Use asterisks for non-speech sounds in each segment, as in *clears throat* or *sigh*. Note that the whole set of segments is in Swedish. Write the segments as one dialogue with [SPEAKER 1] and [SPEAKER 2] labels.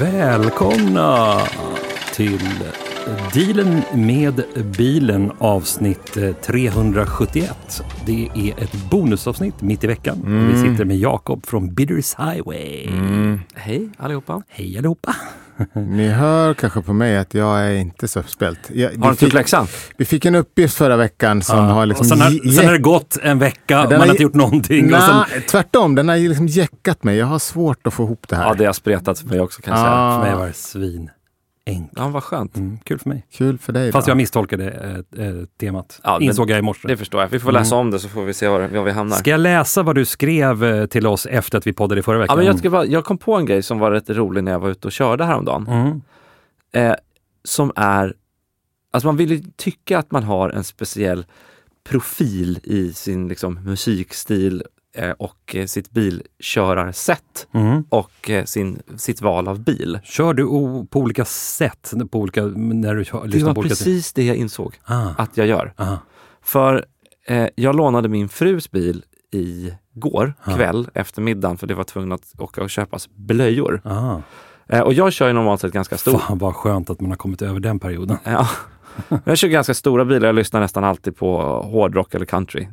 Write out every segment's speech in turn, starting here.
[SPEAKER 1] Välkomna till Dealen med bilen avsnitt 371. Det är ett bonusavsnitt mitt i veckan.
[SPEAKER 2] Mm.
[SPEAKER 1] Vi sitter med Jakob från Bidders Highway.
[SPEAKER 2] Hej allihopa.
[SPEAKER 1] Hej allihopa!
[SPEAKER 3] Ni hör kanske på mig att jag är inte så uppspelt. Jag,
[SPEAKER 2] Har
[SPEAKER 3] vi,
[SPEAKER 2] du inte
[SPEAKER 3] fick,
[SPEAKER 2] gjort läxan?
[SPEAKER 3] vi fick en uppgift förra veckan som har liksom...
[SPEAKER 1] och sen, har,
[SPEAKER 3] ge-
[SPEAKER 1] sen har det gått en vecka och
[SPEAKER 3] Den
[SPEAKER 1] man har
[SPEAKER 3] har-
[SPEAKER 1] inte gjort någonting. och sen,
[SPEAKER 3] Nej, tvärtom. Den har ju liksom jäckat mig. Jag har svårt att få ihop det här.
[SPEAKER 2] Ja, det har spretat för mig också kan jag säga.
[SPEAKER 3] Ah,
[SPEAKER 1] för mig var det svin.
[SPEAKER 2] Ja, vad skönt.
[SPEAKER 1] Mm, kul för mig.
[SPEAKER 3] Kul för dig.
[SPEAKER 1] Fast
[SPEAKER 3] då.
[SPEAKER 1] jag misstolkade eh, eh, temat.
[SPEAKER 2] Ja, det-
[SPEAKER 1] Insåg jag i morse.
[SPEAKER 2] Det förstår jag. Vi får läsa om det så får vi se var, var vi hamnar.
[SPEAKER 1] Ska jag läsa vad du skrev eh, till oss efter att vi poddade i förra
[SPEAKER 2] Ja,
[SPEAKER 1] veckan?
[SPEAKER 2] men jag, tycker bara, jag kom på en grej som var rätt rolig när jag var ute och körde häromdagen.
[SPEAKER 1] Mm.
[SPEAKER 2] Eh, som är, alltså man vill ju tycka att man har en speciell profil i sin liksom, musikstil eh, och eh, sitt bilkörarsätt
[SPEAKER 1] Mm.
[SPEAKER 2] och eh, sin, sitt val av bil.
[SPEAKER 1] Kör du o- på olika sätt på olika, när du kör,
[SPEAKER 2] Det
[SPEAKER 1] lyssnar
[SPEAKER 2] var
[SPEAKER 1] på olika sätt?
[SPEAKER 2] precis det jag insåg
[SPEAKER 1] Ah,
[SPEAKER 2] att jag gör.
[SPEAKER 1] ah,
[SPEAKER 2] För eh, jag lånade min frus bil igår kväll, eftermiddagen, för det var tvungen att åka och köpas blöjor.
[SPEAKER 1] ah.
[SPEAKER 2] Eh, och jag kör ju normalt sett ganska stor.
[SPEAKER 1] Fan vad skönt att man har kommit över den perioden. *laughs*
[SPEAKER 2] Ja. Jag kör ganska stora bilar, jag lyssnar nästan alltid på hårdrock eller country.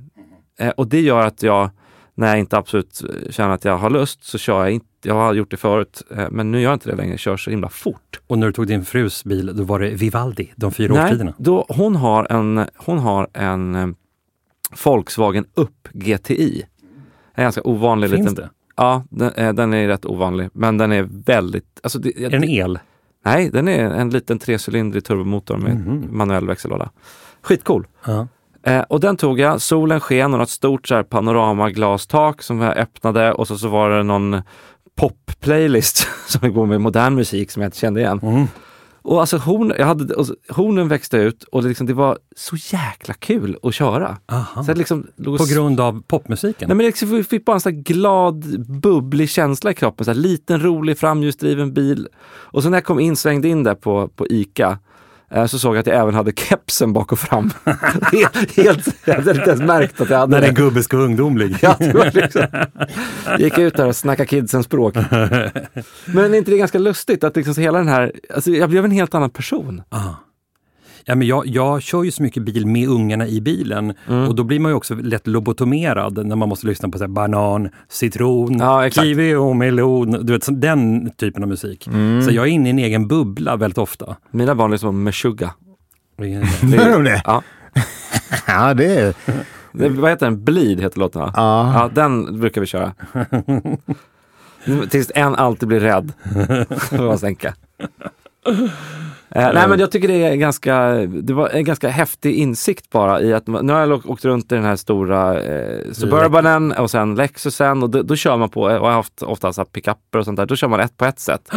[SPEAKER 2] Eh, och det gör att jag, när jag inte absolut känner att jag har lust, så kör jag inte. Jag har gjort det förut, eh, men nu gör jag inte det längre. Jag kör så himla fort.
[SPEAKER 1] Och när du tog din frus bil, då var det Vivaldi, de fyra årstiderna.
[SPEAKER 2] då, hon har en, hon har en eh, Volkswagen Up GTI. En ganska ovanlig
[SPEAKER 1] Finns
[SPEAKER 2] liten
[SPEAKER 1] det?
[SPEAKER 2] Ja, den, eh, den är rätt ovanlig, men den är väldigt... Alltså det,
[SPEAKER 1] Är den el?
[SPEAKER 2] nej, den är en liten trecylindrig turbomotor med manuell växellåda. Skitcool!
[SPEAKER 1] Ja.
[SPEAKER 2] Eh, och den tog jag, solen sken och något stort så här panoramaglastak som jag öppnade och så, så var det någon pop-playlist *laughs* som går med modern musik som jag inte kände igen. Och alltså horn, jag hade, och så- hornen växte ut och det, liksom, det var så jäkla kul att köra.
[SPEAKER 1] Ah, Aha.
[SPEAKER 2] Så jag liksom låg och
[SPEAKER 1] På grund av popmusiken?
[SPEAKER 2] Nej, men liksom, vi fick bara en sån här glad, bubblig känsla i kroppen. Så här, liten, rolig, framhjulsdriven bil. Och sen när jag kom in, svängde in där på, på ICA, eh, så såg jag att jag även hade kepsen bak och fram. *laughs* helt, helt, jag hade inte ens märkt att jag hade
[SPEAKER 1] När
[SPEAKER 2] det.
[SPEAKER 1] en gubbe ska vara ungdomlig?
[SPEAKER 2] Ja, det var liksom. Gick ut där och snackade kidsens språk. Men är inte det ganska lustigt att liksom så hela den här, alltså jag blev en helt annan person.
[SPEAKER 1] Ja, men jag, jag kör ju så mycket bil med ungarna i bilen
[SPEAKER 2] Mm.
[SPEAKER 1] och då blir man ju också lätt lobotomerad när man måste lyssna på så här banan, citron,
[SPEAKER 2] Ja, exakt.
[SPEAKER 1] kiwi och melon. Du vet, så den typen av musik.
[SPEAKER 2] Mm.
[SPEAKER 1] Så jag är inne i en egen bubbla väldigt ofta.
[SPEAKER 2] Mina barn lyssnar på Meshuggah.
[SPEAKER 3] Gör de det?
[SPEAKER 2] Ja.
[SPEAKER 3] *laughs* Ja, det är...
[SPEAKER 2] Det, vad heter den? Bleed heter låten va?
[SPEAKER 3] Ja.
[SPEAKER 2] Ja, den brukar vi köra. Tills en alltid blir rädd. Får man sänka. Eh, nej men jag tycker det är ganska, det var en ganska häftig insikt bara i att man- nu har jag åkt runt i den här stora eh, Suburbanen och sen Lexusen och då, då kör man på, eh, och jag har haft ofta så här pickuper och sånt där, då kör man ett på ett sätt.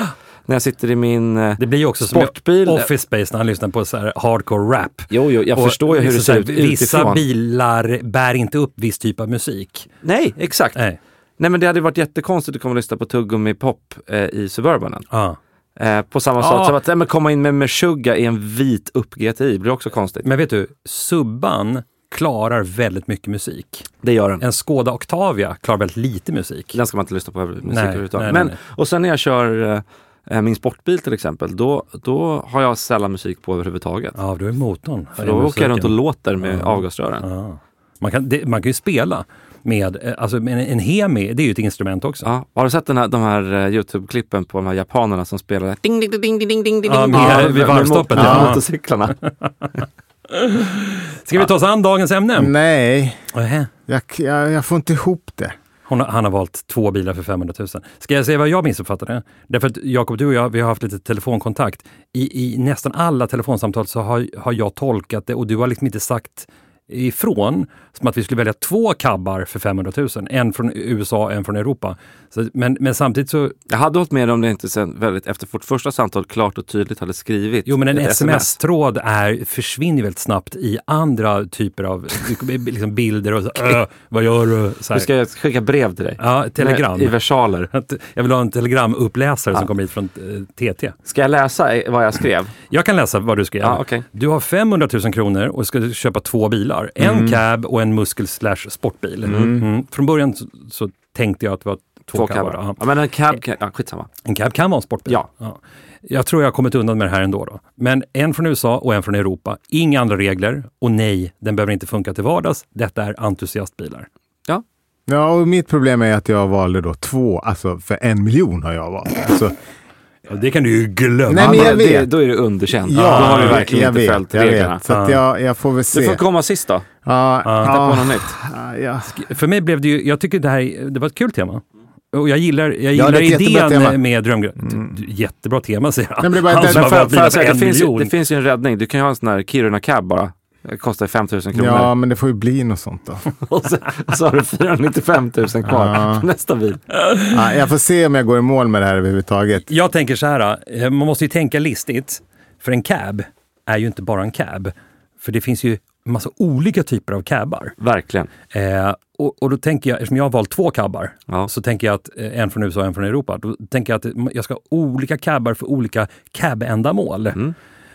[SPEAKER 2] När jag sitter i min eh,
[SPEAKER 1] Det blir ju också
[SPEAKER 2] Sportbil.
[SPEAKER 1] som i Office Space när han lyssnar på så här hardcore rap.
[SPEAKER 2] Jo, jo, jag
[SPEAKER 1] Och
[SPEAKER 2] förstår ju hur det
[SPEAKER 1] liksom
[SPEAKER 2] ser
[SPEAKER 1] så
[SPEAKER 2] ut
[SPEAKER 1] här, Vissa
[SPEAKER 2] utifrån.
[SPEAKER 1] bilar bär inte upp viss typ av musik.
[SPEAKER 2] Nej, exakt.
[SPEAKER 1] Nej.
[SPEAKER 2] Nej men det hade varit jättekonstigt att komma och lyssna på tuggummi pop eh, i Suburbanen.
[SPEAKER 1] Ja.
[SPEAKER 2] Eh, på samma
[SPEAKER 1] Ja.
[SPEAKER 2] sätt som att nej, men komma in med Meshuggah i en vit upp GTI blir också konstigt.
[SPEAKER 1] Men vet du, Subban klarar väldigt mycket musik.
[SPEAKER 2] Det gör den.
[SPEAKER 1] En Skoda Octavia klarar väldigt lite musik.
[SPEAKER 2] Den ska man inte lyssna på musik
[SPEAKER 1] Nej, nej,
[SPEAKER 2] överhuvudtaget. Men,
[SPEAKER 1] nej,
[SPEAKER 2] och sen när jag kör eh, eh, min sportbil till exempel, då, då har jag sällan musik på överhuvudtaget.
[SPEAKER 1] Ja, då är motorn.
[SPEAKER 2] För då åker jag runt och låter med avgasrören. Ja.
[SPEAKER 1] Man kan, det, man kan ju spela med, eh, alltså med en, en hemi, det är ju ett instrument också.
[SPEAKER 2] Har du sett den här, de här eh, Youtube-klippen på de här japanerna som spelar ding, ding, ding, ding, ding, ding, ding,
[SPEAKER 1] Ja,
[SPEAKER 2] ding,
[SPEAKER 1] med-
[SPEAKER 2] Ja,
[SPEAKER 1] vid varvstoppet,
[SPEAKER 2] mot-
[SPEAKER 1] ja.
[SPEAKER 2] motorcyklarna?
[SPEAKER 1] Ska vi ta oss an dagens ämne?
[SPEAKER 2] Mm.
[SPEAKER 3] Nej,
[SPEAKER 1] Ähä.
[SPEAKER 3] jag, jag, jag får inte ihop det.
[SPEAKER 1] Hon, har- han har valt två bilar för 500 000. Ska jag säga vad jag missuppfattade? Därför att Jakob, du och jag, vi har haft lite telefonkontakt. I, i nästan alla telefonsamtal så har, har jag tolkat det och du har liksom inte sagt ifrån som att vi skulle välja två kabbar för 500 000. En från USA, en från Europa. Så, men, men samtidigt så,
[SPEAKER 2] Jag hade hållit med om det inte sen väldigt efter vårt första samtal klart och tydligt hade skrivit.
[SPEAKER 1] jo men en
[SPEAKER 2] ett
[SPEAKER 1] sms-tråd är, försvinner väldigt snabbt i andra typer av liksom bilder och så, "Ö, vad gör du? Så
[SPEAKER 2] Nu
[SPEAKER 1] här.
[SPEAKER 2] ska jag skicka brev till dig.
[SPEAKER 1] Ja, telegram.
[SPEAKER 2] I versaler.
[SPEAKER 1] Att Jag vill ha en telegramuppläsare som kommer hit från eh, TT.
[SPEAKER 2] Ska jag läsa i- vad jag skrev?
[SPEAKER 1] Jag kan läsa vad du skrev.
[SPEAKER 2] Ja, okej.
[SPEAKER 1] Du har 500 000 kronor och ska köpa två bilar.
[SPEAKER 2] Mm.
[SPEAKER 1] Mm. En cab och en muskel slash sportbil. Mm. Från början så, så tänkte jag att det var två, cabbar. Ja.
[SPEAKER 2] Ja, men en cab, kan- ja skitsamma.
[SPEAKER 1] En cab kan vara en sportbil.
[SPEAKER 2] Ja.
[SPEAKER 1] Jag tror jag har kommit undan med det här ändå. Då. Men en från USA och en från Europa. Inga andra regler. Och nej, den behöver inte funka till vardags. Detta är entusiastbilar.
[SPEAKER 2] Ja.
[SPEAKER 3] Ja, och mitt problem är att jag valde då två, alltså för en miljon har jag valt. Alltså,
[SPEAKER 1] Ja, det kan du ju glömma.
[SPEAKER 3] Nej, men jag
[SPEAKER 2] det,
[SPEAKER 3] vet.
[SPEAKER 2] Då är det underkänt.
[SPEAKER 3] ja,
[SPEAKER 2] då har du
[SPEAKER 3] jag-
[SPEAKER 2] verkligen
[SPEAKER 3] jag
[SPEAKER 2] inte
[SPEAKER 3] vet,
[SPEAKER 2] följt
[SPEAKER 3] jag
[SPEAKER 2] reglerna.
[SPEAKER 3] Vet, så att jag, jag får väl se. Ah.
[SPEAKER 2] Du får komma sist då.
[SPEAKER 3] ja,
[SPEAKER 2] Hitta på
[SPEAKER 3] ja,
[SPEAKER 2] något nytt.
[SPEAKER 3] ja.
[SPEAKER 1] För mig blev det ju, jag tycker det här det var ett kul tema. Och jag gillar, jag
[SPEAKER 3] Ja,
[SPEAKER 1] gillar
[SPEAKER 3] det är ett jättebra tema. Mm.
[SPEAKER 1] idén med drömgröt. Jättebra tema säger han.
[SPEAKER 3] Nej, men det är bara-
[SPEAKER 1] han
[SPEAKER 3] det-
[SPEAKER 1] som har
[SPEAKER 3] för-
[SPEAKER 1] valt
[SPEAKER 3] för-
[SPEAKER 1] bilar
[SPEAKER 3] alltså,
[SPEAKER 1] för
[SPEAKER 2] det,
[SPEAKER 1] en
[SPEAKER 2] finns, ju-
[SPEAKER 1] miljon.
[SPEAKER 2] det finns ju en räddning. Du kan ju ha en sån här Kiruna cab bara. Det kostar 5 000 kronor.
[SPEAKER 3] ja, men det får ju bli något sånt då.
[SPEAKER 2] *laughs* Och, så, och så har du 495 000 kvar
[SPEAKER 3] Ja.
[SPEAKER 2] på nästa bil.
[SPEAKER 3] Ja, jag får se om jag går i mål med det här överhuvudtaget.
[SPEAKER 1] Jag tänker så här, eh, man måste ju tänka listigt. För en cab är ju inte bara en cab. För det finns ju en massa olika typer av cabbar.
[SPEAKER 2] Verkligen.
[SPEAKER 1] Eh, och, och då tänker jag, eftersom jag har valt två cabbar,
[SPEAKER 2] Ja.
[SPEAKER 1] så tänker jag att eh, en från USA och en från Europa. Då tänker jag att eh, jag ska ha olika cabbar för olika cab-ändamål.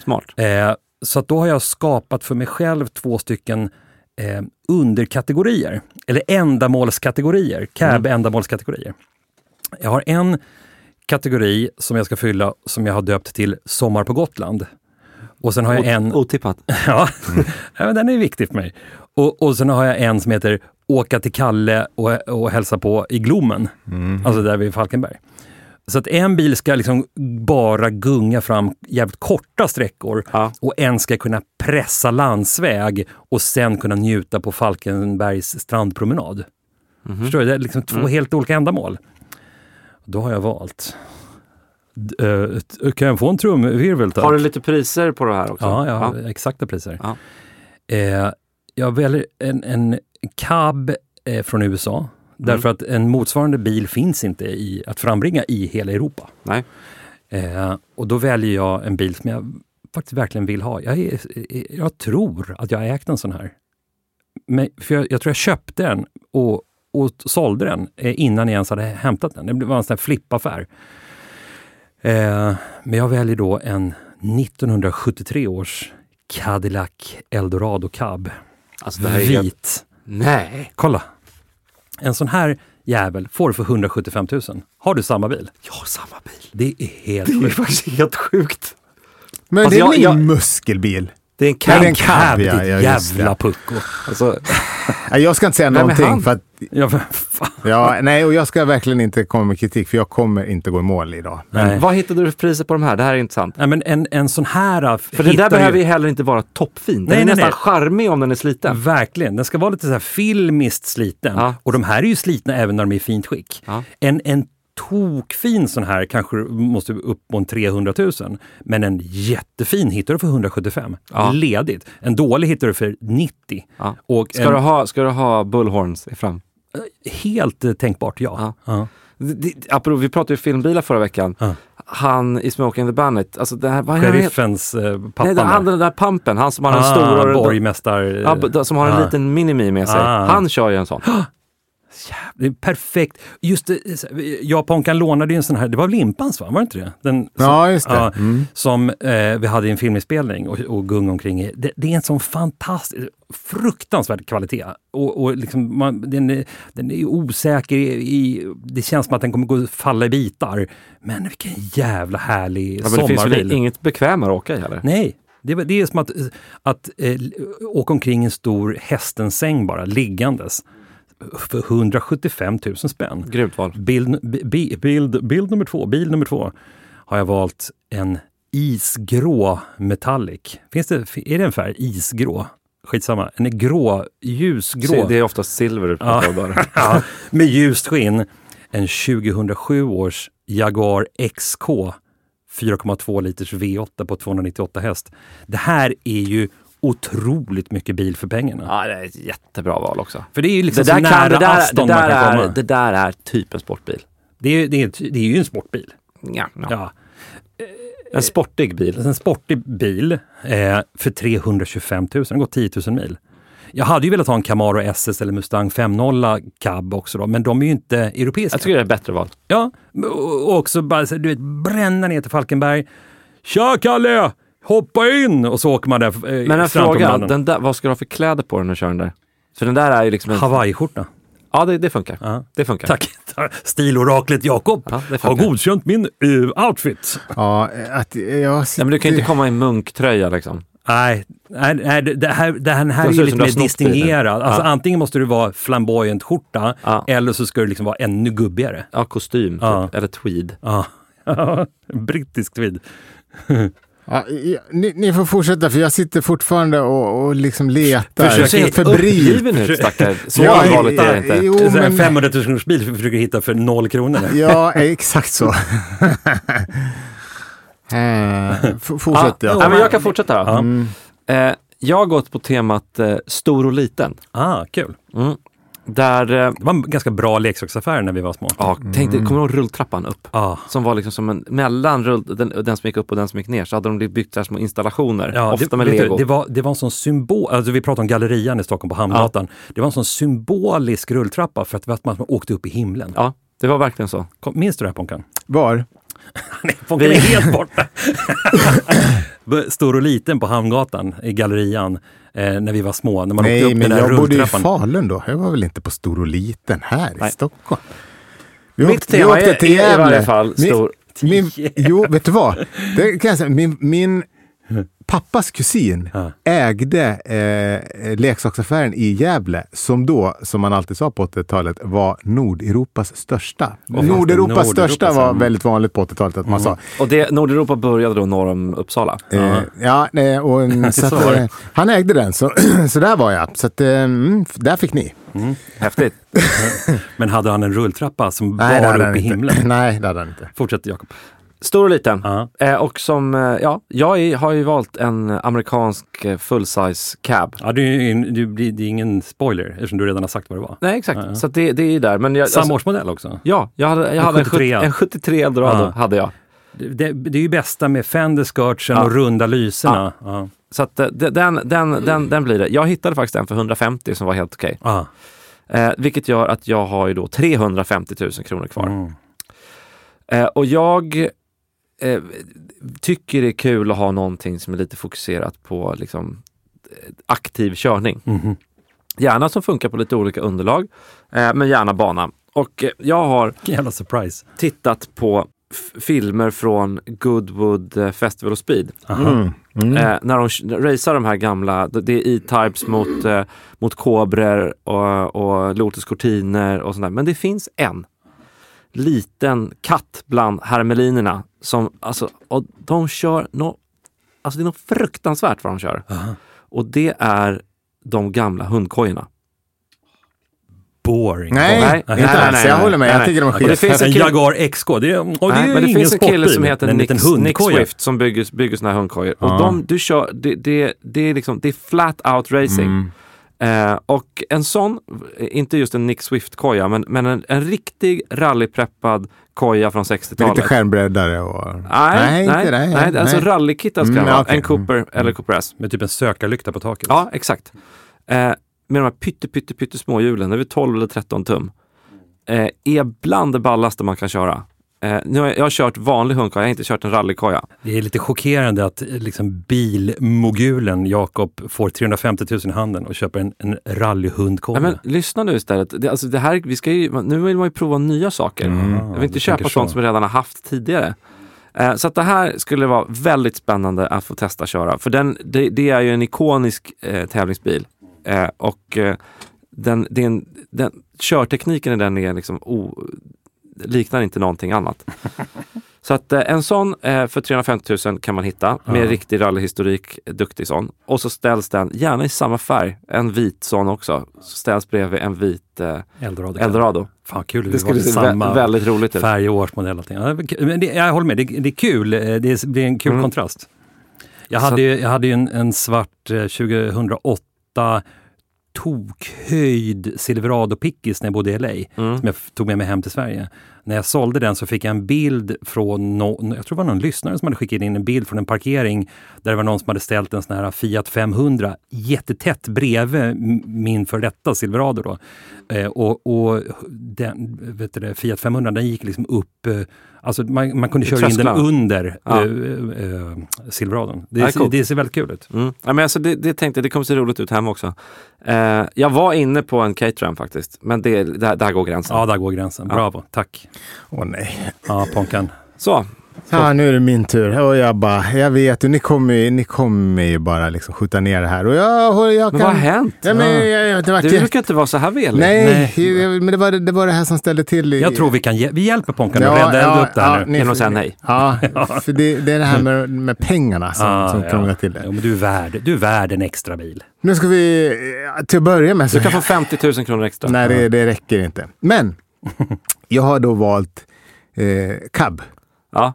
[SPEAKER 2] Smart.
[SPEAKER 1] Eh, så att då har jag skapat för mig själv två stycken eh, underkategorier, eller ändamålskategorier, CAB-ändamålskategorier. Jag har en kategori som jag ska fylla som jag har döpt till Sommar på Gotland. Och sen har jag en...
[SPEAKER 2] Ot- Otippat.
[SPEAKER 1] *laughs* Ja, ja, men den är viktig för mig. Och, och sen har jag en som heter Åka till Kalle och, och hälsa på i Glommen, alltså där vid Falkenberg. Så att en bil ska liksom bara gunga fram jävligt korta sträckor
[SPEAKER 2] *laughs* Ja.
[SPEAKER 1] och en ska kunna pressa landsväg och sen kunna njuta på Falkenbergs strandpromenad. Förstår du? Det är liksom två helt olika ändamål. Då har jag valt. D- eh, t- kan jag få en trumvirvel tack?
[SPEAKER 2] Har du lite priser på det här också?
[SPEAKER 1] Ja, jag har exakta priser.
[SPEAKER 2] Ja.
[SPEAKER 1] Eh, jag väljer en, en cab eh, från USA
[SPEAKER 2] Mm.
[SPEAKER 1] därför att en motsvarande bil finns inte i, att frambringa i hela Europa.
[SPEAKER 2] Nej.
[SPEAKER 1] Eh, och då väljer jag en bil som jag faktiskt verkligen vill ha. Jag, är, jag tror att jag har ägt en sån här. Men, för jag, jag tror jag köpte den och, och sålde den eh, innan jag ens hade hämtat den. Det var en sån här flippaffär. Eh, men jag väljer då en 1973 års Cadillac Eldorado Cab.
[SPEAKER 2] Alltså, det här är helt...
[SPEAKER 1] Vit.
[SPEAKER 2] Nej. *laughs*
[SPEAKER 1] Kolla! En sån här jävel får du för 175 000. Har du samma bil?
[SPEAKER 2] Jag har samma bil.
[SPEAKER 1] Det är helt
[SPEAKER 2] Det är
[SPEAKER 1] sjukt.
[SPEAKER 2] faktiskt helt sjukt.
[SPEAKER 3] Men det är
[SPEAKER 2] Alltså, jag-
[SPEAKER 3] min
[SPEAKER 2] jag-
[SPEAKER 3] muskelbil.
[SPEAKER 2] Det är en
[SPEAKER 3] Ja,
[SPEAKER 2] cab.
[SPEAKER 3] det är en cab,
[SPEAKER 1] Ditt
[SPEAKER 3] ja, ja, just
[SPEAKER 1] jävla
[SPEAKER 3] det.
[SPEAKER 1] pucko!
[SPEAKER 2] Alltså,
[SPEAKER 3] Nej, Jag ska inte säga
[SPEAKER 2] Vem är han?
[SPEAKER 3] någonting. För att,
[SPEAKER 1] Ja, för fan.
[SPEAKER 3] ja, nej, och jag ska verkligen inte komma med kritik, för jag kommer inte gå i mål idag.
[SPEAKER 1] Nej.
[SPEAKER 2] vad hittade du för priser på de här? Det här är intressant.
[SPEAKER 1] Nej, men en, en sån här... äh,
[SPEAKER 2] För det där behöver ju heller inte vara toppfin. Den
[SPEAKER 1] Nej, nej,
[SPEAKER 2] är nästan
[SPEAKER 1] nej.
[SPEAKER 2] charmig om den är sliten.
[SPEAKER 1] Verkligen, den ska vara lite så här filmiskt sliten.
[SPEAKER 2] Ja.
[SPEAKER 1] Och de här är ju slitna även när de är i fint skick.
[SPEAKER 2] Ja.
[SPEAKER 1] En, en tokfin sån här kanske måste upp på en 300 000. Men en jättefin hittar du för 175.
[SPEAKER 2] Ja.
[SPEAKER 1] Ledigt. En dålig hittar du för 90.
[SPEAKER 2] Ja.
[SPEAKER 1] Och
[SPEAKER 2] Ska,
[SPEAKER 1] en,
[SPEAKER 2] du ha, ska du ha bullhorns i fram?
[SPEAKER 1] Helt eh, tänkbart, ja.
[SPEAKER 2] Ja.
[SPEAKER 1] Ja.
[SPEAKER 2] Det- det- Apropå, vi pratade ju filmbilar förra veckan.
[SPEAKER 1] Ja.
[SPEAKER 2] Han i Smoking the Bandit, alltså den här, vad är han heter?
[SPEAKER 1] Sheriffens eh, pappa.
[SPEAKER 2] Nej, den,
[SPEAKER 1] där.
[SPEAKER 2] han, den där pampen, han som har en
[SPEAKER 1] Ah,
[SPEAKER 2] stor...
[SPEAKER 1] borgmästar... eh,
[SPEAKER 2] ja, b- som har en
[SPEAKER 1] ah.
[SPEAKER 2] liten minimi med sig.
[SPEAKER 1] Ah.
[SPEAKER 2] Han kör ju en sån.
[SPEAKER 1] Det är perfekt. Just eh, det, så- jag Ponkan lånade ju en sån här, det var Limpans va? Var det inte det? Den,
[SPEAKER 3] Ja, just det.
[SPEAKER 1] Ja,
[SPEAKER 2] Mm.
[SPEAKER 1] Som eh, vi hade i en filminspelning och, och gung omkring i. Det, det är en sån fantastisk, fruktansvärd kvalitet. Och, och liksom man, den, är, den är ju osäker, i, i, det känns som att den kommer gå falla i bitar. Men vilken jävla härlig
[SPEAKER 2] Ja, men det finns väl
[SPEAKER 1] sommarbil.
[SPEAKER 2] inget bekvämare att åka i heller?
[SPEAKER 1] Nej, det, var- det är som att, att eh, åka omkring i en stor hästens säng bara, liggandes. För 175 000 spänn.
[SPEAKER 2] Grymt val.
[SPEAKER 1] Bild, bi- bild, bild nummer två, bil nummer två har jag valt en isgrå metallic. Finns det, är det en färg? Isgrå? Skitsamma. En är grå, Ah. ljusgrå.
[SPEAKER 2] Så Det är oftast silver du pratar om där.
[SPEAKER 1] *laughs* Ja, med ljust skinn. En 2007 års Jaguar XK 4,2 liters V8 på 298 häst. Det här är ju otroligt mycket bil för pengarna.
[SPEAKER 2] Ja, det är ett jättebra val också.
[SPEAKER 1] För det är ju liksom
[SPEAKER 2] Det där,
[SPEAKER 1] så
[SPEAKER 2] kan,
[SPEAKER 1] nära
[SPEAKER 2] det, där, det,
[SPEAKER 1] Aston
[SPEAKER 2] där
[SPEAKER 1] man kan
[SPEAKER 2] är,
[SPEAKER 1] komma.
[SPEAKER 2] det där är typ en sportbil.
[SPEAKER 1] Det, är, det, är, det är ju en sportbil.
[SPEAKER 2] Ja, ja.
[SPEAKER 1] Ja.
[SPEAKER 2] En sportig bil.
[SPEAKER 1] En sportig bil eh, för 325 000, den går 10 000 mil. Jag hade ju velat ha en Camaro SS eller Mustang 5.0 cab också då, men de är ju inte europeiska.
[SPEAKER 2] Jag tycker det är ett bättre val.
[SPEAKER 1] Ja, och också bara så, du vet, bränna ner till Falkenberg. Tja Kalle! Hoppa in! Och så åker man där. Eh,
[SPEAKER 2] Men en fråga,
[SPEAKER 1] strandpromenaden.
[SPEAKER 2] den där, vad ska du ha för kläder på dig när du kör den där? För den där är ju liksom en...
[SPEAKER 1] Hawaiiskjorta.
[SPEAKER 2] Ja, det, det funkar.
[SPEAKER 1] Ja.
[SPEAKER 2] Det
[SPEAKER 1] *laughs*
[SPEAKER 2] funkar.
[SPEAKER 1] Tack! Stiloraklet Jakob
[SPEAKER 2] Ja, det
[SPEAKER 1] har
[SPEAKER 2] funkar.
[SPEAKER 1] godkänt min eh, outfit.
[SPEAKER 3] Ja, att jag sitter...
[SPEAKER 2] Nej, men du kan ju inte komma i munktröja liksom.
[SPEAKER 1] Nej, nej, nej det det här, det här, här
[SPEAKER 2] Det
[SPEAKER 1] är
[SPEAKER 2] ser
[SPEAKER 1] ju
[SPEAKER 2] ut
[SPEAKER 1] lite
[SPEAKER 2] som du har
[SPEAKER 1] mer
[SPEAKER 2] snott
[SPEAKER 1] distingerad. Alltså, Antingen måste du vara flamboyant skjorta
[SPEAKER 2] Ja.
[SPEAKER 1] eller så ska du liksom vara ännu gubbigare.
[SPEAKER 2] Ja, kostym
[SPEAKER 1] Ja.
[SPEAKER 2] typ. eller tweed.
[SPEAKER 1] Ja. *laughs* Brittisk tweed.
[SPEAKER 3] Ja, ja, ni, ni får fortsätta för jag sitter fortfarande och, och liksom letar.
[SPEAKER 1] Försök
[SPEAKER 3] Helt
[SPEAKER 1] hitta
[SPEAKER 3] febrilt.
[SPEAKER 2] Uppgiven ut stackare. Så
[SPEAKER 3] Ja,
[SPEAKER 2] allvarligt är det
[SPEAKER 3] ja,
[SPEAKER 2] inte.
[SPEAKER 3] Jo,
[SPEAKER 1] Så här
[SPEAKER 3] men-
[SPEAKER 1] 500 000 kronors bil försöker hitta för noll kronor.
[SPEAKER 3] Ja, exakt
[SPEAKER 2] *laughs*
[SPEAKER 3] så. Eh, f- Fortsätt.
[SPEAKER 2] ja.
[SPEAKER 3] Jakob.
[SPEAKER 2] Nej, men jag kan fortsätta då.
[SPEAKER 1] Ja.
[SPEAKER 2] Eh, jag har gått på temat eh, stor och liten.
[SPEAKER 1] Ah, kul.
[SPEAKER 2] Mm. Där, eh,
[SPEAKER 1] Det var en ganska bra leksaksaffär när vi var små.
[SPEAKER 2] ja, tänk dig, kommer du ihåg rulltrappan upp?
[SPEAKER 1] Ah.
[SPEAKER 2] Som var liksom som en, mellan rull, den, den som gick upp och den som gick ner så hade de byggt där små installationer,
[SPEAKER 1] Ja,
[SPEAKER 2] ofta
[SPEAKER 1] det,
[SPEAKER 2] med
[SPEAKER 1] vet du,
[SPEAKER 2] lego.
[SPEAKER 1] det, var, det var en sån symbol, alltså vi pratade om Gallerian i Stockholm på Hamngatan. Det var en sån symbolisk rulltrappa för att det var att man åkte upp i himlen.
[SPEAKER 2] Ja, det var verkligen så.
[SPEAKER 1] Kom, minns du det här Ponkan?
[SPEAKER 3] Var?
[SPEAKER 1] Nej, Ponkan är helt *laughs* borta! Stor och liten på Hamngatan i Gallerian eh, när vi var små, när man åkte
[SPEAKER 3] Nej,
[SPEAKER 1] upp den
[SPEAKER 3] men
[SPEAKER 1] där
[SPEAKER 3] jag bodde i
[SPEAKER 1] rulltrappan.
[SPEAKER 3] Falun då. Jag var väl inte på stor och liten här i
[SPEAKER 2] Nej.
[SPEAKER 3] Stockholm. Vi
[SPEAKER 2] Mitt
[SPEAKER 3] vi
[SPEAKER 2] tema är, är i varje fall stor.
[SPEAKER 3] Min, min, jo, vet du vad? Det kan jag säga. Min, min pappas kusin
[SPEAKER 1] Ja.
[SPEAKER 3] ägde eh, leksaksaffären i Gävle som då, som man alltid sa på 80-talet, var Nordeuropas största.
[SPEAKER 1] fanns det
[SPEAKER 3] Nordeuropas
[SPEAKER 1] Nordeuropa
[SPEAKER 3] största var
[SPEAKER 1] sen?
[SPEAKER 3] väldigt vanligt på 80-talet att man sa
[SPEAKER 2] Och det, Nordeuropa började då norr om Uppsala.
[SPEAKER 3] Eh, ja, nej, och, en- så
[SPEAKER 1] Så
[SPEAKER 3] att,
[SPEAKER 1] var det.
[SPEAKER 3] eh, han ägde den, så, *clears throat* så där var jag. Så att, eh, mm, f- där fick ni.
[SPEAKER 2] Häftigt.
[SPEAKER 1] Men hade han en rulltrappa som
[SPEAKER 3] det
[SPEAKER 1] bar
[SPEAKER 3] hade
[SPEAKER 1] upp i
[SPEAKER 3] han inte.
[SPEAKER 4] *laughs*
[SPEAKER 1] himlen?
[SPEAKER 3] Nej, det hade han inte.
[SPEAKER 1] Fortsätt Jakob.
[SPEAKER 2] Stor och liten.
[SPEAKER 1] Ja.
[SPEAKER 2] Eh, och som, eh, ja, jag är, har ju valt en amerikansk eh, full-size cab.
[SPEAKER 1] Ja, det, är ju in- det, blir- det är ingen spoiler eftersom du redan har sagt vad det var.
[SPEAKER 2] Nej, exakt.
[SPEAKER 1] Ja, ja.
[SPEAKER 2] Så att det, det är ju där. Men jag,
[SPEAKER 1] Samma
[SPEAKER 2] alltså,
[SPEAKER 1] årsmodell också.
[SPEAKER 2] ja, jag hade, jag hade en
[SPEAKER 1] 73.
[SPEAKER 2] 73, en 73 Eldorado.
[SPEAKER 1] Ja.
[SPEAKER 2] Hade jag.
[SPEAKER 1] Det, det, det är ju bästa med Fender-skirtsen
[SPEAKER 2] Ja.
[SPEAKER 1] och runda lyserna. Ja.
[SPEAKER 2] Så att, eh, de- den, den, den, den blir det. Jag hittade faktiskt en för 150 som var helt okej.
[SPEAKER 1] Ja. Ah,
[SPEAKER 2] Eh, vilket gör att jag har ju då 350 000 kronor kvar.
[SPEAKER 1] Mm.
[SPEAKER 2] Eh, och jag eh, tycker det är kul att ha någonting som är lite fokuserat på liksom, eh, aktiv körning.
[SPEAKER 1] Mhm.
[SPEAKER 2] Gärna som funkar på lite olika underlag, eh, men gärna bana. Och eh, jag har
[SPEAKER 1] Vilken jävla surprise.
[SPEAKER 2] tittat på f- filmer från Goodwood eh, Festival of Speed.
[SPEAKER 1] Aha.
[SPEAKER 4] Mm.
[SPEAKER 2] Eh, när de k- racear de här gamla, det det är E-Types mot, eh, mot Cobrer och, och Lotus Cortiner och sånt där. Men det finns en liten katt bland hermelinerna som, alltså, och de kör nå, alltså det är något fruktansvärt vad de kör.
[SPEAKER 1] Aha.
[SPEAKER 2] Och det är de gamla hundkojorna.
[SPEAKER 1] Boring.
[SPEAKER 3] Nej,
[SPEAKER 2] Nej,
[SPEAKER 3] inte
[SPEAKER 2] nej, nej,
[SPEAKER 3] alls.
[SPEAKER 2] nej,
[SPEAKER 3] jag håller med.
[SPEAKER 2] nej,
[SPEAKER 3] jag
[SPEAKER 2] nej.
[SPEAKER 3] tycker de är
[SPEAKER 2] Och det
[SPEAKER 3] skit.
[SPEAKER 2] finns en
[SPEAKER 1] en
[SPEAKER 2] kille-
[SPEAKER 1] Jaguar XK, det är, och det är
[SPEAKER 2] Nej, men det
[SPEAKER 1] ingen
[SPEAKER 2] finns en kille
[SPEAKER 1] sportbil,
[SPEAKER 2] som heter
[SPEAKER 1] en
[SPEAKER 2] Nick,
[SPEAKER 1] liten
[SPEAKER 2] Nick
[SPEAKER 1] hundkoja.
[SPEAKER 2] Swift som bygger, bygger såna här hundkojor.
[SPEAKER 3] Ja.
[SPEAKER 2] Och de, du kör, det, det, det, är liksom, det är flat out racing.
[SPEAKER 3] Mm.
[SPEAKER 2] Eh, och en sån, inte just en Nick Swift-koja, men, men en, en riktig rallypreppad koja från
[SPEAKER 3] Med lite
[SPEAKER 2] 60-talet.
[SPEAKER 3] skärmbreddare och...
[SPEAKER 2] Nej, nej,
[SPEAKER 3] inte det.
[SPEAKER 2] nej, alltså rallykittat ska
[SPEAKER 3] Mm,
[SPEAKER 2] det vara.
[SPEAKER 3] ja, okej.
[SPEAKER 2] En Cooper eller Cooper S.
[SPEAKER 1] Med typ en sökarlykta på taket.
[SPEAKER 2] Ja, exakt. Eh, med de här pytte, pytte, pytte små hjulen, över 12 eller 13 tum. Eh, är bland det ballaste man kan köra. Eh, nu har jag, jag har kört vanlig hundkoja, jag har inte kört en rallykoja.
[SPEAKER 1] Det är lite chockerande att eh, liksom, bilmogulen Jakob får 350 000 i handen och köper en, en rallyhundkoja.
[SPEAKER 2] Nej, men lyssna nu istället. Det, alltså det här, vi ska ju, nu vill man ju prova nya saker.
[SPEAKER 1] Ah,
[SPEAKER 2] Mm. Jag vill inte
[SPEAKER 1] du
[SPEAKER 2] köpa
[SPEAKER 1] tänker
[SPEAKER 2] sånt
[SPEAKER 1] så.
[SPEAKER 2] som jag redan har haft tidigare. Eh, Så att det här skulle vara väldigt spännande att få testa att köra. För den, det, det är ju en ikonisk eh, tävlingsbil. Eh, och eh, den, det är en, den, körtekniken i den är liksom o, liknar inte någonting *laughs* annat. Så att eh, en sån eh, för 350 000 kan man hitta med
[SPEAKER 1] Ja.
[SPEAKER 2] riktig rallyhistorik, eh, duktig sån. Och så ställs den, gärna i samma färg, en vit sån också, så ställs bredvid en vit eh,
[SPEAKER 1] Eldorado.
[SPEAKER 2] Eldorado.
[SPEAKER 1] Fan kul,
[SPEAKER 2] Det
[SPEAKER 1] det
[SPEAKER 2] skulle
[SPEAKER 1] skulle
[SPEAKER 2] se
[SPEAKER 1] samma
[SPEAKER 2] vä- väldigt roligt ut.
[SPEAKER 1] färg och årsmodell. och allting. Ja, det är kul. Men det, jag håller med, det, det är kul. Eh, Det är, det är en kul
[SPEAKER 2] Mm.
[SPEAKER 1] kontrast. Jag
[SPEAKER 2] Så-
[SPEAKER 1] hade, ju- jag hade ju en, en svart eh, 2008 tokhöjd Silverado Pickis när jag bodde i LA.
[SPEAKER 2] Mm.
[SPEAKER 1] som jag f- tog med mig hem till Sverige. När jag sålde den så fick jag en bild från, no, jag tror det var någon lyssnare som hade skickat in en bild från en parkering där det var någon som hade ställt en sån här Fiat 500 jättetätt bredvid m- min före detta Silverado. Då. Eh, och och den, vet du det, Fiat 500 den gick liksom upp, eh, alltså man, man kunde
[SPEAKER 2] I
[SPEAKER 1] köra in den
[SPEAKER 2] trösklarna.
[SPEAKER 1] under
[SPEAKER 2] Ja.
[SPEAKER 1] eh, eh, Silveradon. Det,
[SPEAKER 2] Ja,
[SPEAKER 1] ser-
[SPEAKER 2] coolt.
[SPEAKER 1] det ser väldigt kul ut.
[SPEAKER 2] Mm. Ja, men alltså det, det tänkte jag, det kommer se roligt ut hemma också. Eh, Eh, jag var inne på en caterham faktiskt, men det, där, där går gränsen.
[SPEAKER 1] Ja, där går gränsen. Bravo, tack.
[SPEAKER 4] Åh nej.
[SPEAKER 1] Ja, Ponkan.
[SPEAKER 2] Så,
[SPEAKER 4] Ja, nu är det min tur. Och jag bara, jag vet ju, ni kommer ju, ni kommer ju bara liksom skjuta ner det här. Och jag, jag kan...
[SPEAKER 2] men vad har hänt?
[SPEAKER 4] Ja, men, jag, jag, det var
[SPEAKER 2] Du brukar inte vara så här velig.
[SPEAKER 4] Nej, jag- men det var, det var det här som ställde till. i-
[SPEAKER 1] Jag tror vi kan ge, vi hjälper Ponkan att rädda eld upp det här nu.
[SPEAKER 4] ni-
[SPEAKER 2] Genom att säga nej.
[SPEAKER 4] Ja, för det, det är det här med, med pengarna som,
[SPEAKER 1] Ah,
[SPEAKER 4] som
[SPEAKER 1] ja.
[SPEAKER 4] krånglar till det.
[SPEAKER 1] Jo, men du, är värd, du är värd en extra bil.
[SPEAKER 4] Nu ska vi, eh, till att börja med så
[SPEAKER 2] Du kan få 50 000 kronor extra.
[SPEAKER 4] Nej, det, det räcker inte. Men jag har då valt eh, cab.
[SPEAKER 2] Ja.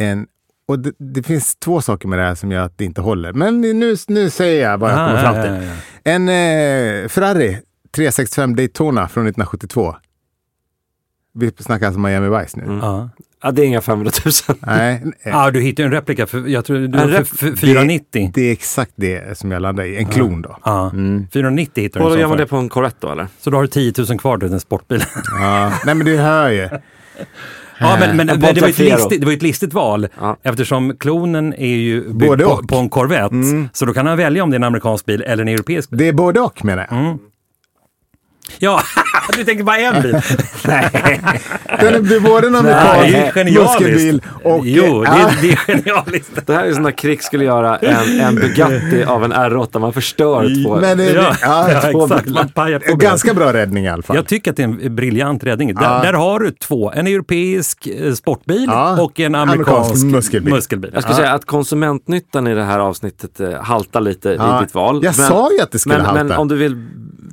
[SPEAKER 4] En, och det, det finns två saker med det här som gör att det inte håller. Men nu, nu säger jag vad
[SPEAKER 1] Ah,
[SPEAKER 4] jag kommer fram till.
[SPEAKER 1] ja, ja.
[SPEAKER 4] En eh, Ferrari 365 Daytona från 1972. Vi snackar alltså Miami Vice nu.
[SPEAKER 1] Ja.
[SPEAKER 2] ja, det är inga 500 000.
[SPEAKER 4] Nej, eh,
[SPEAKER 1] Ja, ah. du hittade ju en replika, för, jag tror du
[SPEAKER 2] En
[SPEAKER 1] för,
[SPEAKER 2] rep-
[SPEAKER 1] för 490.
[SPEAKER 4] det är exakt det som jag landar
[SPEAKER 1] Ah.
[SPEAKER 4] i. En klon då.
[SPEAKER 1] Ja.
[SPEAKER 4] Mm.
[SPEAKER 1] 490 hittade
[SPEAKER 2] Och då
[SPEAKER 1] du
[SPEAKER 2] gör
[SPEAKER 1] en sån
[SPEAKER 2] man det
[SPEAKER 1] för.
[SPEAKER 2] på en Corvette då eller?
[SPEAKER 1] Så då har du 10 000 kvar till en
[SPEAKER 2] *laughs*
[SPEAKER 1] sportbil.
[SPEAKER 4] Ja. Nej, men du hör ju.
[SPEAKER 1] ja, men, men, men det,
[SPEAKER 2] En
[SPEAKER 1] var ju ett
[SPEAKER 2] Bonta Fiero.
[SPEAKER 1] listigt, det var ju ett listigt val
[SPEAKER 2] Ja.
[SPEAKER 1] eftersom klonen är ju byggd
[SPEAKER 4] Både
[SPEAKER 1] på,
[SPEAKER 4] och.
[SPEAKER 1] på en Corvette.
[SPEAKER 2] Mm.
[SPEAKER 1] Så då kan han välja om det är en amerikansk bil eller en europeisk bil.
[SPEAKER 4] Det är både och menar jag.
[SPEAKER 1] Mm. Ja, *laughs* du tänker bara en
[SPEAKER 2] *laughs*
[SPEAKER 1] bil.
[SPEAKER 4] Den är- Det är både en
[SPEAKER 1] det är ju
[SPEAKER 4] amerikansk
[SPEAKER 1] genialiskt.
[SPEAKER 4] muskelbil och... eh,
[SPEAKER 1] Jo, det,
[SPEAKER 4] Ja.
[SPEAKER 1] är- det är genialiskt.
[SPEAKER 2] Det här är som när Krick skulle göra en, en Bugatti av en R8. Man förstör två.
[SPEAKER 4] Men det,
[SPEAKER 1] Ja, *laughs*
[SPEAKER 4] ja,
[SPEAKER 1] ja,
[SPEAKER 4] två
[SPEAKER 1] exakt.
[SPEAKER 4] bilar.
[SPEAKER 1] Man pajar på
[SPEAKER 4] En
[SPEAKER 1] bilar.
[SPEAKER 4] Ganska bra räddning i alla fall.
[SPEAKER 1] Jag tycker att det är en briljant räddning. Där,
[SPEAKER 4] Ja.
[SPEAKER 1] där har du två. En europeisk eh, sportbil
[SPEAKER 4] Ja.
[SPEAKER 1] och en amerikansk,
[SPEAKER 4] Amerikansk muskelbil.
[SPEAKER 2] Jag skulle säga att konsumentnyttan i det här avsnittet eh, haltar lite
[SPEAKER 4] Ja,
[SPEAKER 2] i ditt val.
[SPEAKER 4] jag sa ju att det skulle
[SPEAKER 2] men,
[SPEAKER 4] halta.
[SPEAKER 2] Men om du vill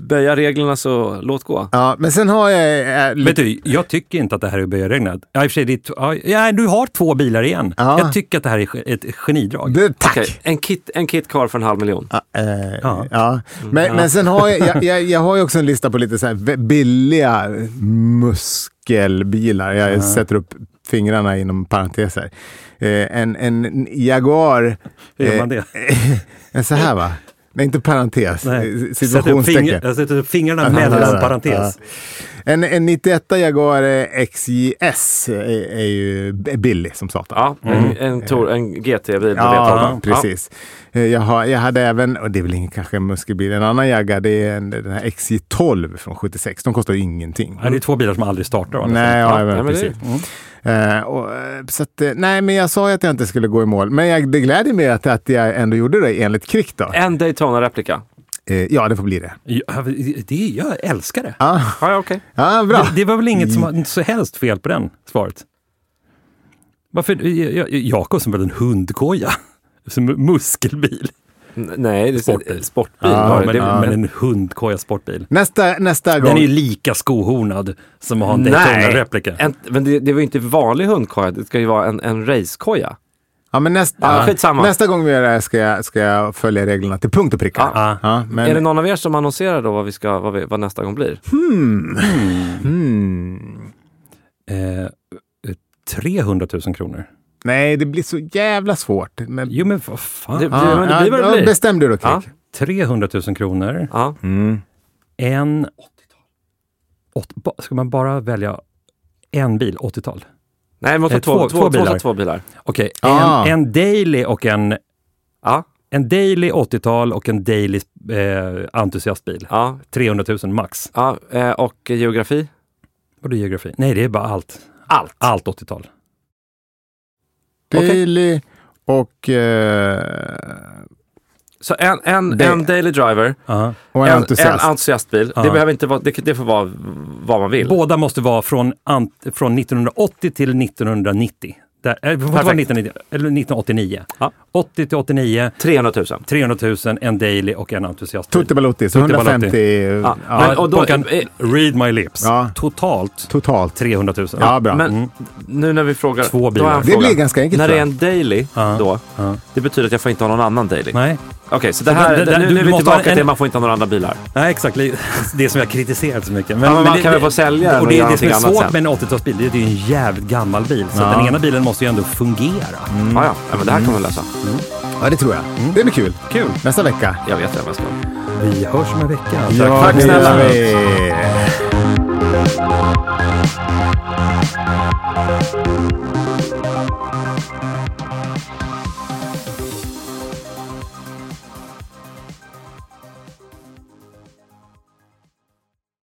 [SPEAKER 2] böja reglerna så låt gå.
[SPEAKER 4] Ja, men sen har jag... Äh,
[SPEAKER 1] Vet
[SPEAKER 4] lite,
[SPEAKER 1] du, jag tycker inte att det här är böjregnet. Ja, i och för sig, det är t- ja, ja, du har två bilar igen.
[SPEAKER 4] Ja.
[SPEAKER 1] Jag tycker att det här är ge- ett genidrag.
[SPEAKER 4] det, tack!
[SPEAKER 2] Okej, en kit, en kit car för en halv miljon.
[SPEAKER 4] Ja, eh,
[SPEAKER 1] Ja.
[SPEAKER 4] ja. Men, men sen har jag, jag, jag, jag har ju också en lista på lite så här v- billiga muskelbilar. Jag sätter upp fingrarna inom parenteser. Eh, en, en Jaguar...
[SPEAKER 1] Hur gör
[SPEAKER 4] eh,
[SPEAKER 1] man det?
[SPEAKER 4] *laughs* en så här va? Nej, inte parentes.
[SPEAKER 1] Nej.
[SPEAKER 4] eh,
[SPEAKER 1] Sätter upp fingrar-
[SPEAKER 4] Situationstecken.
[SPEAKER 1] Jag sätter upp fingrarna
[SPEAKER 4] Ja, ja,
[SPEAKER 1] mellan
[SPEAKER 4] ja.
[SPEAKER 1] parentes.
[SPEAKER 4] En, en 91 Jaguar eh, XJS är, är ju b- billig som satan.
[SPEAKER 2] Ja, en, en, tor, en GT-bil.
[SPEAKER 4] Ja, precis. Eh, Jag, har, jag hade även, och det är väl ingen, kanske en muskelbil, en annan jagga, det är en, den här XJ12 från 76. De kostar ju ingenting.
[SPEAKER 1] Ja, det är liksom. två bilar som aldrig startar. va?
[SPEAKER 4] Nej, ja,
[SPEAKER 2] Ja,
[SPEAKER 4] men
[SPEAKER 2] nej, men det-
[SPEAKER 4] precis. Eh, och, eh, så att, eh, nej, men jag sa ju att jag inte skulle gå i mål. Men jag, det gläder mig att, att jag ändå gjorde det enligt Crick då.
[SPEAKER 2] En Daytona-replika.
[SPEAKER 4] Eh, ja, det får bli det.
[SPEAKER 1] Ja, det, jag älskar det.
[SPEAKER 2] Ja, ja, okej.
[SPEAKER 4] Ja,
[SPEAKER 1] *laughs*
[SPEAKER 4] bra. Mm.
[SPEAKER 1] Det, det var väl inget som inte så helst fel på den svaret? Varför? Ja, ja, Jakob som väl en hundkoja? Som en muskelbil?
[SPEAKER 2] N- Nej, det är
[SPEAKER 1] Sportbil.
[SPEAKER 2] sportbil. sportbil
[SPEAKER 4] Ja,
[SPEAKER 2] var det.
[SPEAKER 1] men,
[SPEAKER 2] det,
[SPEAKER 1] men en hundkoja sportbil.
[SPEAKER 4] Nästa, nästa gång.
[SPEAKER 1] Den är ju lika skohornad som att ha en Daytona-replika.
[SPEAKER 2] en, men det, det var ju inte vanlig hundkoja, det ska ju vara en, en racekoja.
[SPEAKER 4] Ja, men nästa,
[SPEAKER 2] Ja, skitsamma.
[SPEAKER 4] nästa gång vi gör det här ska jag, ska jag följa reglerna till punkt och pricka.
[SPEAKER 2] Ja.
[SPEAKER 4] Ja, men,
[SPEAKER 2] Är det någon av er som annonserar då vad, vi ska, vad, vi, vad nästa gång blir?
[SPEAKER 4] hmm,
[SPEAKER 1] Eh, 300 000 kronor.
[SPEAKER 4] nej, det blir så jävla svårt. Men,
[SPEAKER 1] Jo men vad fan.
[SPEAKER 2] Det- Ja, men det blir vad det blir.
[SPEAKER 4] Bestäm du då, Krik.
[SPEAKER 2] Ja.
[SPEAKER 1] 300 000 kronor.
[SPEAKER 2] Ja.
[SPEAKER 4] Mm.
[SPEAKER 1] En... 80 ba- Ska man bara välja en bil, 80-tal?
[SPEAKER 2] Nej, man får
[SPEAKER 1] Eh,
[SPEAKER 2] två,
[SPEAKER 1] två-
[SPEAKER 2] två,
[SPEAKER 1] två
[SPEAKER 2] två,
[SPEAKER 1] bilar.
[SPEAKER 2] två, två bilar.
[SPEAKER 1] Okej,
[SPEAKER 4] Ah.
[SPEAKER 1] en, en daily och en...
[SPEAKER 2] Ja,
[SPEAKER 1] En daily 80-tal och en daily eh, entusiastbil.
[SPEAKER 2] ja,
[SPEAKER 1] 300 000 max.
[SPEAKER 2] ja. Eh, Och geografi?
[SPEAKER 1] Vadå geografi? Nej, det är bara allt.
[SPEAKER 2] Allt.
[SPEAKER 1] Allt 80-tal.
[SPEAKER 2] Okej.
[SPEAKER 4] Daily och, eh,
[SPEAKER 2] Så en, en,
[SPEAKER 4] Det-
[SPEAKER 2] en daily driver,
[SPEAKER 1] Ja.
[SPEAKER 4] och en,
[SPEAKER 2] en,
[SPEAKER 4] entusiast.
[SPEAKER 2] en entusiastbil.
[SPEAKER 1] Ja.
[SPEAKER 2] Det, behöver inte vara, det, det får vara vad man vill.
[SPEAKER 1] Båda måste vara från, ant, från 1980 till 1990. Där, eh, det får inte vara
[SPEAKER 2] Perfekt.
[SPEAKER 1] 1990, eller 1989.
[SPEAKER 2] Ja.
[SPEAKER 1] 80 till 89,
[SPEAKER 2] 300 000.
[SPEAKER 1] 300 000, en daily och en entusiastbil.
[SPEAKER 4] Tutti Balutti, så
[SPEAKER 1] Tutti
[SPEAKER 4] 150
[SPEAKER 2] Ja.
[SPEAKER 4] Ja,
[SPEAKER 2] Men, och då,
[SPEAKER 1] Ponkan,
[SPEAKER 2] eh,
[SPEAKER 1] read my lips.
[SPEAKER 4] Ja.
[SPEAKER 1] Totalt
[SPEAKER 4] totalt.
[SPEAKER 1] 300 000.
[SPEAKER 4] Ja, bra.
[SPEAKER 2] Men nu när vi frågar...
[SPEAKER 1] Mm. Två
[SPEAKER 2] då har
[SPEAKER 1] bilar.
[SPEAKER 2] jag en
[SPEAKER 4] det
[SPEAKER 2] fråga.
[SPEAKER 4] blir ganska enkelt
[SPEAKER 2] När
[SPEAKER 4] tror
[SPEAKER 2] det är
[SPEAKER 4] jag.
[SPEAKER 2] en daily
[SPEAKER 1] Ja.
[SPEAKER 2] då,
[SPEAKER 1] Ja.
[SPEAKER 2] det betyder att jag får inte ha någon annan daily. Okej,
[SPEAKER 1] Nej.
[SPEAKER 2] så det här,
[SPEAKER 1] det- det-
[SPEAKER 2] nu,
[SPEAKER 1] du
[SPEAKER 2] nu är
[SPEAKER 1] måste
[SPEAKER 2] vi
[SPEAKER 1] ha
[SPEAKER 2] tillbaka
[SPEAKER 1] en-
[SPEAKER 2] till att man får inte ha några andra bilar.
[SPEAKER 1] Nej, exakt. Det är som jag kritiserat så mycket.
[SPEAKER 2] Ja, men man kan väl få sälja den
[SPEAKER 1] Och
[SPEAKER 2] och
[SPEAKER 1] det,
[SPEAKER 2] göra
[SPEAKER 1] det som är
[SPEAKER 2] någonting annat
[SPEAKER 1] svårt med en 80-talsbil, det är att det är en jävligt gammal bil. Så att den ena bilen måste ju ändå fungera.
[SPEAKER 2] Ja, ja. ja, men det här kommer vi lösa.
[SPEAKER 4] Ja, det tror jag.
[SPEAKER 2] Mm.
[SPEAKER 4] Det blir kul.
[SPEAKER 1] Kul.
[SPEAKER 4] Nästa vecka.
[SPEAKER 2] Jag vet det, jag ska.
[SPEAKER 1] Vi hörs om en vecka. alltså. Tack
[SPEAKER 4] Tack
[SPEAKER 1] för-
[SPEAKER 4] snälla.